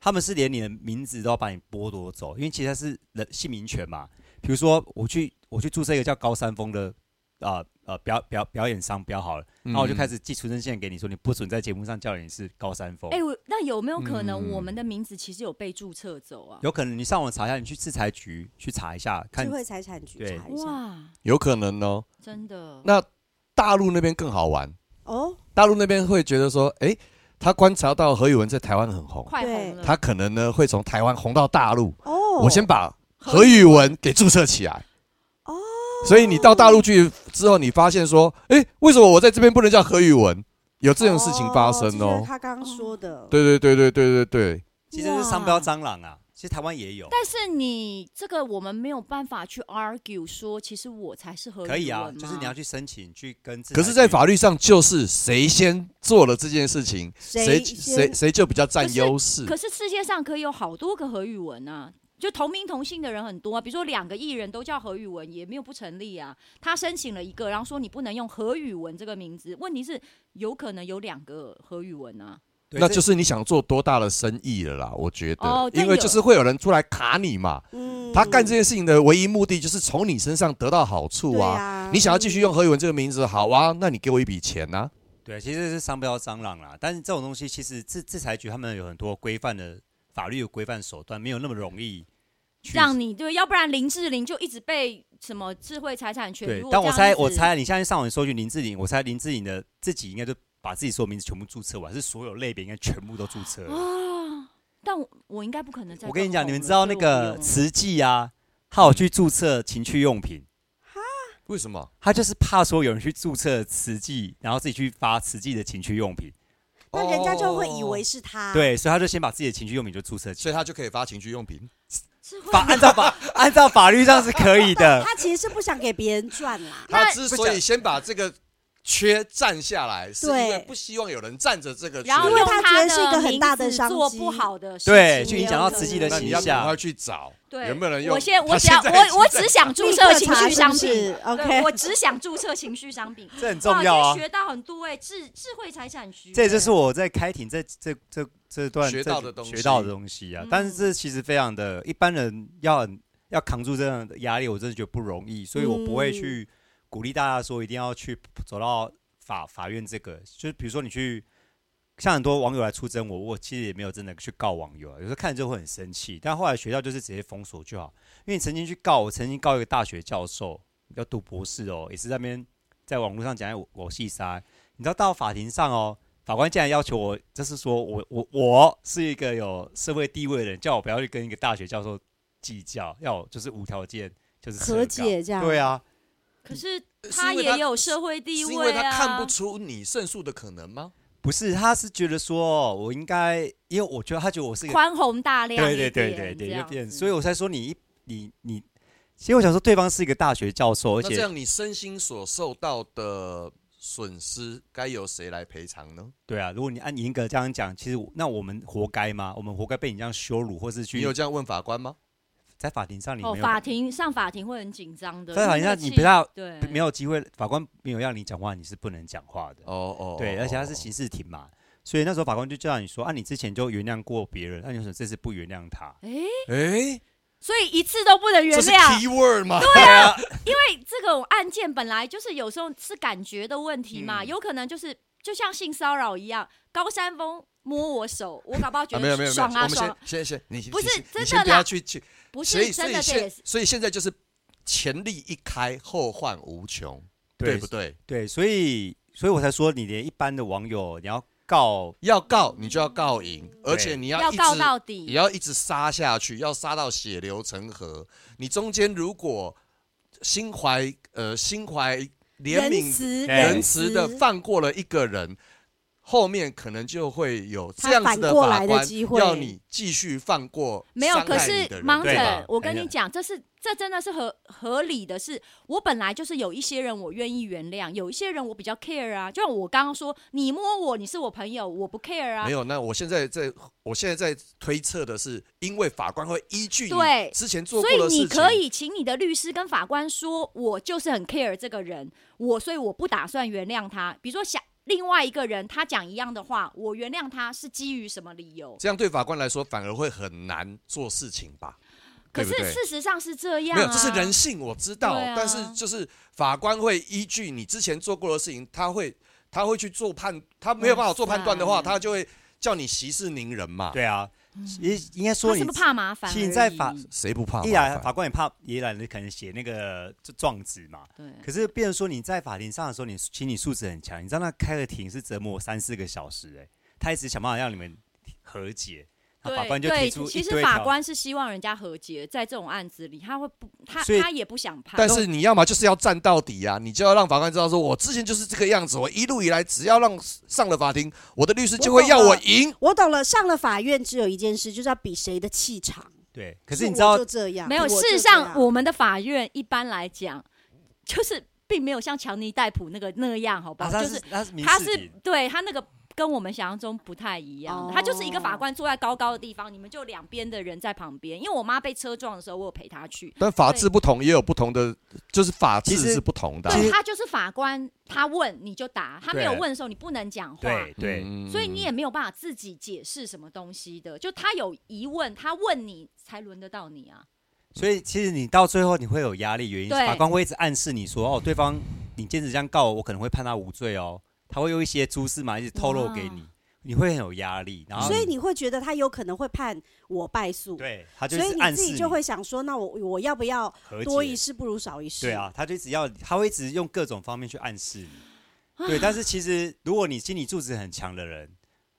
他们是连你的名字都要把你剥夺走，因为其实它是人姓名权嘛。比如说我去我去注册一个叫高山峰的啊呃表表表演商标好了，然后我就开始始寄出证信给你说你不准在节目上叫你是高山峰。哎、我那有没有可能嗯我们的名字其实有被注册走啊？有可能你上网查一下，你去制裁局去查一下，看智慧财产局对查一下。哇，有可能哦。真的。那大陆那边更好玩，哦，大陆那边会觉得说，诶，他观察到何宇文在台湾很红，快对红了，他可能呢会从台湾红到大陆。哦，我先把何宇文给注册起来。哦所以你到大陆去之后，你发现说，诶，为什么我在这边不能叫何宇文？有这种事情发生这就哦是。他刚刚说的，对对对对对对对，其实就是商标蟑螂啊，其实台湾也有，但是你这个我们没有办法去 argue 说，其实我才是合可以啊理，文就是你吗要去申请去跟制裁局。可是，在法律上就是谁先做了这件事情，谁谁先谁就比较占优势可。是世界上可以有好多个何宇文啊，就同名同姓的人很多、啊，比如说两个艺人都叫何宇文，也没有不成立啊。他申请了一个，然后说你不能用何宇文这个名字，问题是有可能有两个何宇文啊。对那就是你想做多大的生意了啦，我觉哦得，但因为有就是会有人出来卡你嘛。嗯他干这件事情的唯一目的就是从你身上得到好处对啊。啊，你想要继续用何宇文这个名字，好啊，那你给我一笔钱啊呐。对，其实是商标蟑螂啦。但是这种东西，其实制制裁局他们有很多规范的法律有规范手段，没有那么容易去。让你对，要不然林志玲就一直被什么智慧财产权。对如，果但我这样猜，子我猜你现在上网搜寻林志玲，我猜林志玲的自己应该就把自己所有名字全部注册完，是所有类别应该全部都注册了。啊，但我我应该不可能再。我跟你讲，你们知道那个哦慈济啊，他有去注册情趣用品，为什么？他就是怕说有人去注册慈济，然后自己去发慈济的情趣用品，那人家就会以为是哦他，，对，所以他就先把自己的情趣用品就注册起所以来。他就可以发情趣用品。智慧法按照法 按照法律上是可以的，他其实是不想给别人赚啦，那他之所以先把这个缺占下来，是因对为不希望有人占着这个缺然。后因为用他觉他得是一个很大的名字商做机不好的事对，情去影响到有慈济的那形你要赶快象。去找，对，有没有人用？我先，我他只要现在我已经我在只想注立册刻情查绪商是不品是。对 OK，我只想注册情绪商品。这很哇重要啊今天学到很多哎、智智慧财产局。这也就是我在开庭这这这这段学这到的东西学到的东西啊嗯。但是这其实非常的，一般人要很要扛住这样的压力，我真的觉得不容易，所以我不会去鼓励大家说一定要去走到法法院这个。就是比如说你去，像很多网友来出征我，我其实也没有真的去告网友啊，有时候看了之后会很生气，但后来学到就是直接封锁就好。因为你曾经去告我，曾经告一个大学教授要读博士哦，也是在那边在网络上讲我我戏杀，你知道到法庭上哦，法官竟然要求我，就是说我我我是一个有社会地位的人，叫我不要去跟一个大学教授计较，要我就是无条件就是撤和告解这样对啊，可是是呃他因为也有社会地是因位为啊。他看不出你胜诉的可能吗？不是，他是觉得说哦我应该，因为我觉得他觉得我是一个宽宏大量一对点。对对对对，这就样变，子所以我才说你一你你，其实我想说对方是一个大学教授，而那这且样你身心所受到的损失该由谁来赔偿呢？对啊，如果你按严格这样讲，其实我那我们活该吗？我们活该被你这样羞辱，或是去你有这样问法官吗？在法庭上你没哦，有、法庭上法庭会很紧张的，在法因庭为上那你气不要对没有机会，法官没有让你讲话，你是不能讲话的。哦哦，对，哦而且他哦是刑事庭嘛，所以那时候法官就叫你说啊，你之前就原谅过别人，那、你为什么这次不原谅他？哎，哎，所以一次都不能原这是谅， key word 吗？对啊，因为这种案件本来就是有时候是感觉的问题嘛，嗯有可能就是就像性骚扰一样，高山峰摸我手，我搞不好觉啊，没有没得有没有，爽我啊们爽先，先先，你先不是真的先你先不啦要去去，不所以是所真以的，这也现是所以现在就是前力一开，后患无穷，对对不对？对，所以所以我才说，你连一般的网友你要告，要告你就要告赢，而且你嗯要一告直到也底。要一直杀下去，要杀到血流成河。你中间如果心怀呃心怀怜仁悯、慈对啊仁慈的放过了一个人，后面可能就会有这样子他反过法来的官机会要你继续放过没有，伤可害是你的人盲对吧人，我跟哎你呀讲，这是这真的是合合理的是，我本来就是有一些人我愿意原谅，有一些人我比较 care 啊。就像我刚刚说，你摸我，你是我朋友，我不 care 啊没。有，那我现在在，我现在在推测的是，因为法官会依据你对之前做所过以的事你情，可以请你的律师跟法官说，我就是很 care 这个人，我所以我不打算原谅他。比如说想另外一个人他讲一样的话，我原谅他是基于什么理由？这样对法官来说反而会很难做事情吧？可对是不对事实上是这样、啊，没有，这是人性，我知道，对啊但是就是法官会依据你之前做过的事情，他会他会去做判，他没有办法做判断的哇话，塞他就会叫你息事宁人嘛。，对啊，也应该嗯他说是你不是怕麻烦而已？其实你在法谁不怕麻一烦？来法官也怕，也懒得可能写那个 状纸嘛。对可是，变成说你在法庭上的时候，你心理素质很强，你知道那开个庭是折磨三四个小时、哎，他一直想办法让你们和解，那对法官就对提出其一实堆法条官是希望人家和解，在这种案子里，他会不，他所以他也不想判。但是你要么就是要站到底啊，你就要让法官知道说，我之前就是这个样子，我一路以来只要让上了法庭，我的律师就会要我赢。我懂了，上了法院只有一件事，就是要比谁的气场。对。可是你我知道就，这样，没有，我就事实这上样，我们的法院一般来讲，就是并没有像强尼戴普那个那样，好不啊好？他就是他是民他事是庭对他那个跟我们想象中不太一样的，哦他就是一个法官坐在高高的地方，你们就两边的人在旁边。因为我妈被车撞的时候，我有陪她去，但法治不同，也有不同的，就是法治其实是不同的啊、其对实他就是法官，他问你就答，他没有对问的时候你不能讲话。对对、嗯所以你也没有办法自己解释什么东西的，就他有疑问，他问你才轮得到你啊。所以其实你到最后你会有压力，原因是对法官会一直暗示你说，哦，对方你坚持这样告我，我可能会判他无罪哦，他会用一些蛛丝马迹透露给你，你会很有压力，然后所以你会觉得他有可能会判我败诉，，对他就所以是你暗自示己就会想说，那我我要不要和多解一事不如少一事？对啊，，他就只要他会一直用各种方面去暗示你。对，但啊是其实如果你心理素质很强的人，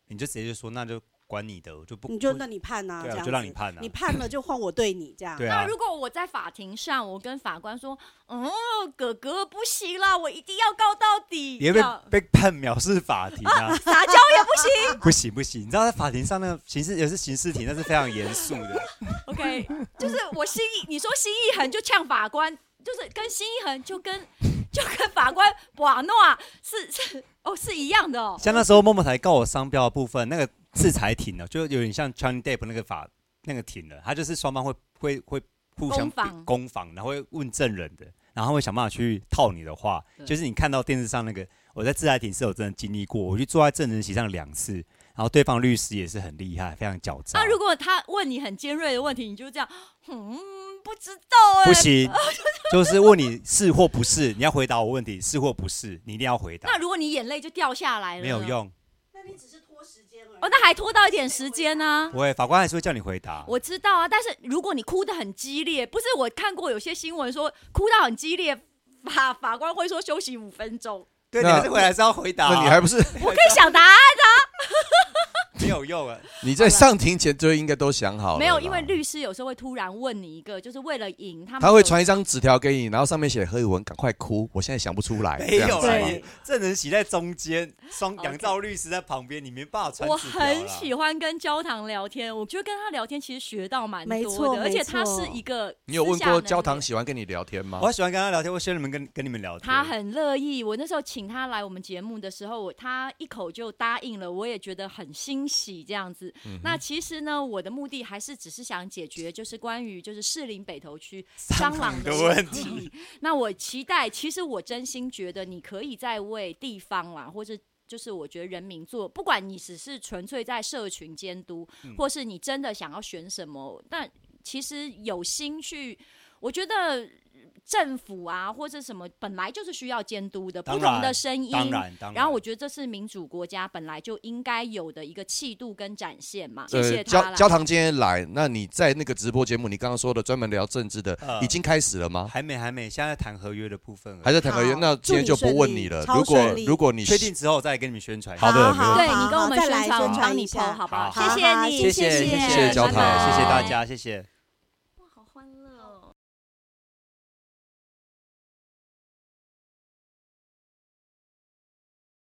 你就直接就说那就管你的，我就不你就不那你判啊，这对啊，样我子就让你判啊你。判了就换我对你这样。对那啊，如果我在法庭上，我跟法官说，哦，哥哥不行啦，我一定要告到底，也这被样，被判藐视法庭啊撒娇也不行。 不行不行，你知道在法庭上那个刑事也是刑事庭，那是非常严肃的。 OK，就是 我心意，你说心一横就呛法官，就是跟心一横就跟 就跟法官瓦诺啊，是 是哦是一样的哦。像那时候默默才告我商标的部分，那个制裁庭呢，就有点像 Johnny Depp 那个法那个庭了，他就是双方会会会互相攻防比攻防，然后会问证人的，然后会想办法去套你的话。对就是你看到电视上那个，我在制裁庭是有真的经历过，我去坐在证人席上两次，然后对方律师也是很厉害，非常狡诈。那啊如果他问你很尖锐的问题，你就这样，嗯，不知道哎、不 啊行，就是问你是或不是，你要回答我问题是或不是，你一定要回答那，如果你眼泪就掉下来了，没有。用。那你只是拖时间而已哦，那还拖到一点时间呢、不会，法官还是会叫你回答。我知道啊，但是如果你哭得很激烈，不是我看过有些新闻说哭到很激烈，法法官会说休息五分钟。对，你那还是回来是要回答啊、那你还不是我可以想答案，没有用啊。 你在上庭前就应该都想好了啦。没有，因为律师有时候会突然问你一个，就是为了赢他们。他会传一张纸条给你，然后上面写何以文，赶快哭，我现在想不出来。没这有样子啦，吗你证人席在中间，双 OK 杨照律师在旁边，你没办法传我纸条啦。很喜欢跟焦糖聊天，我觉得跟他聊天其实学到蛮没多错的，而且他没错是一个你有问私下过能力焦糖喜欢跟你聊天吗我？很喜欢跟他聊天，我喜欢你们跟跟你们聊天。他很乐意。我那时候请他来我们节目的时候，我他一口就答应了，我也觉得很欣喜这样子。嗯那其实呢，我的目的还是只是想解决，就是关于就是士林北投区蟑螂的问问题。那我期待，其实我真心觉得你可以在为地方啦，或者。就是我觉得人民做，不管你只是纯粹在社群监督，或是你真的想要选什么，但其实有心去，我觉得政府啊或者什么本来就是需要监督的，不当然同的声音。当然当然。后我觉得这是民主国家本来就应该有的一个气度跟展现嘛。谢呃，谢焦他啦。焦糖今天来，那你在那个直播节目，你刚刚说的专门聊政治的，呃已经开始了吗？还没还没，现在谈合约的部分而已，还在谈合约？好那今天就不问你了。祝如你顺利果超顺利如果你确定之后再跟你们宣传一下。好的没问好题对好你跟我们再来传，我宣帮传你一下 PO 好不好？好谢谢好你，谢谢谢谢焦拜拜糖谢谢大家，谢谢。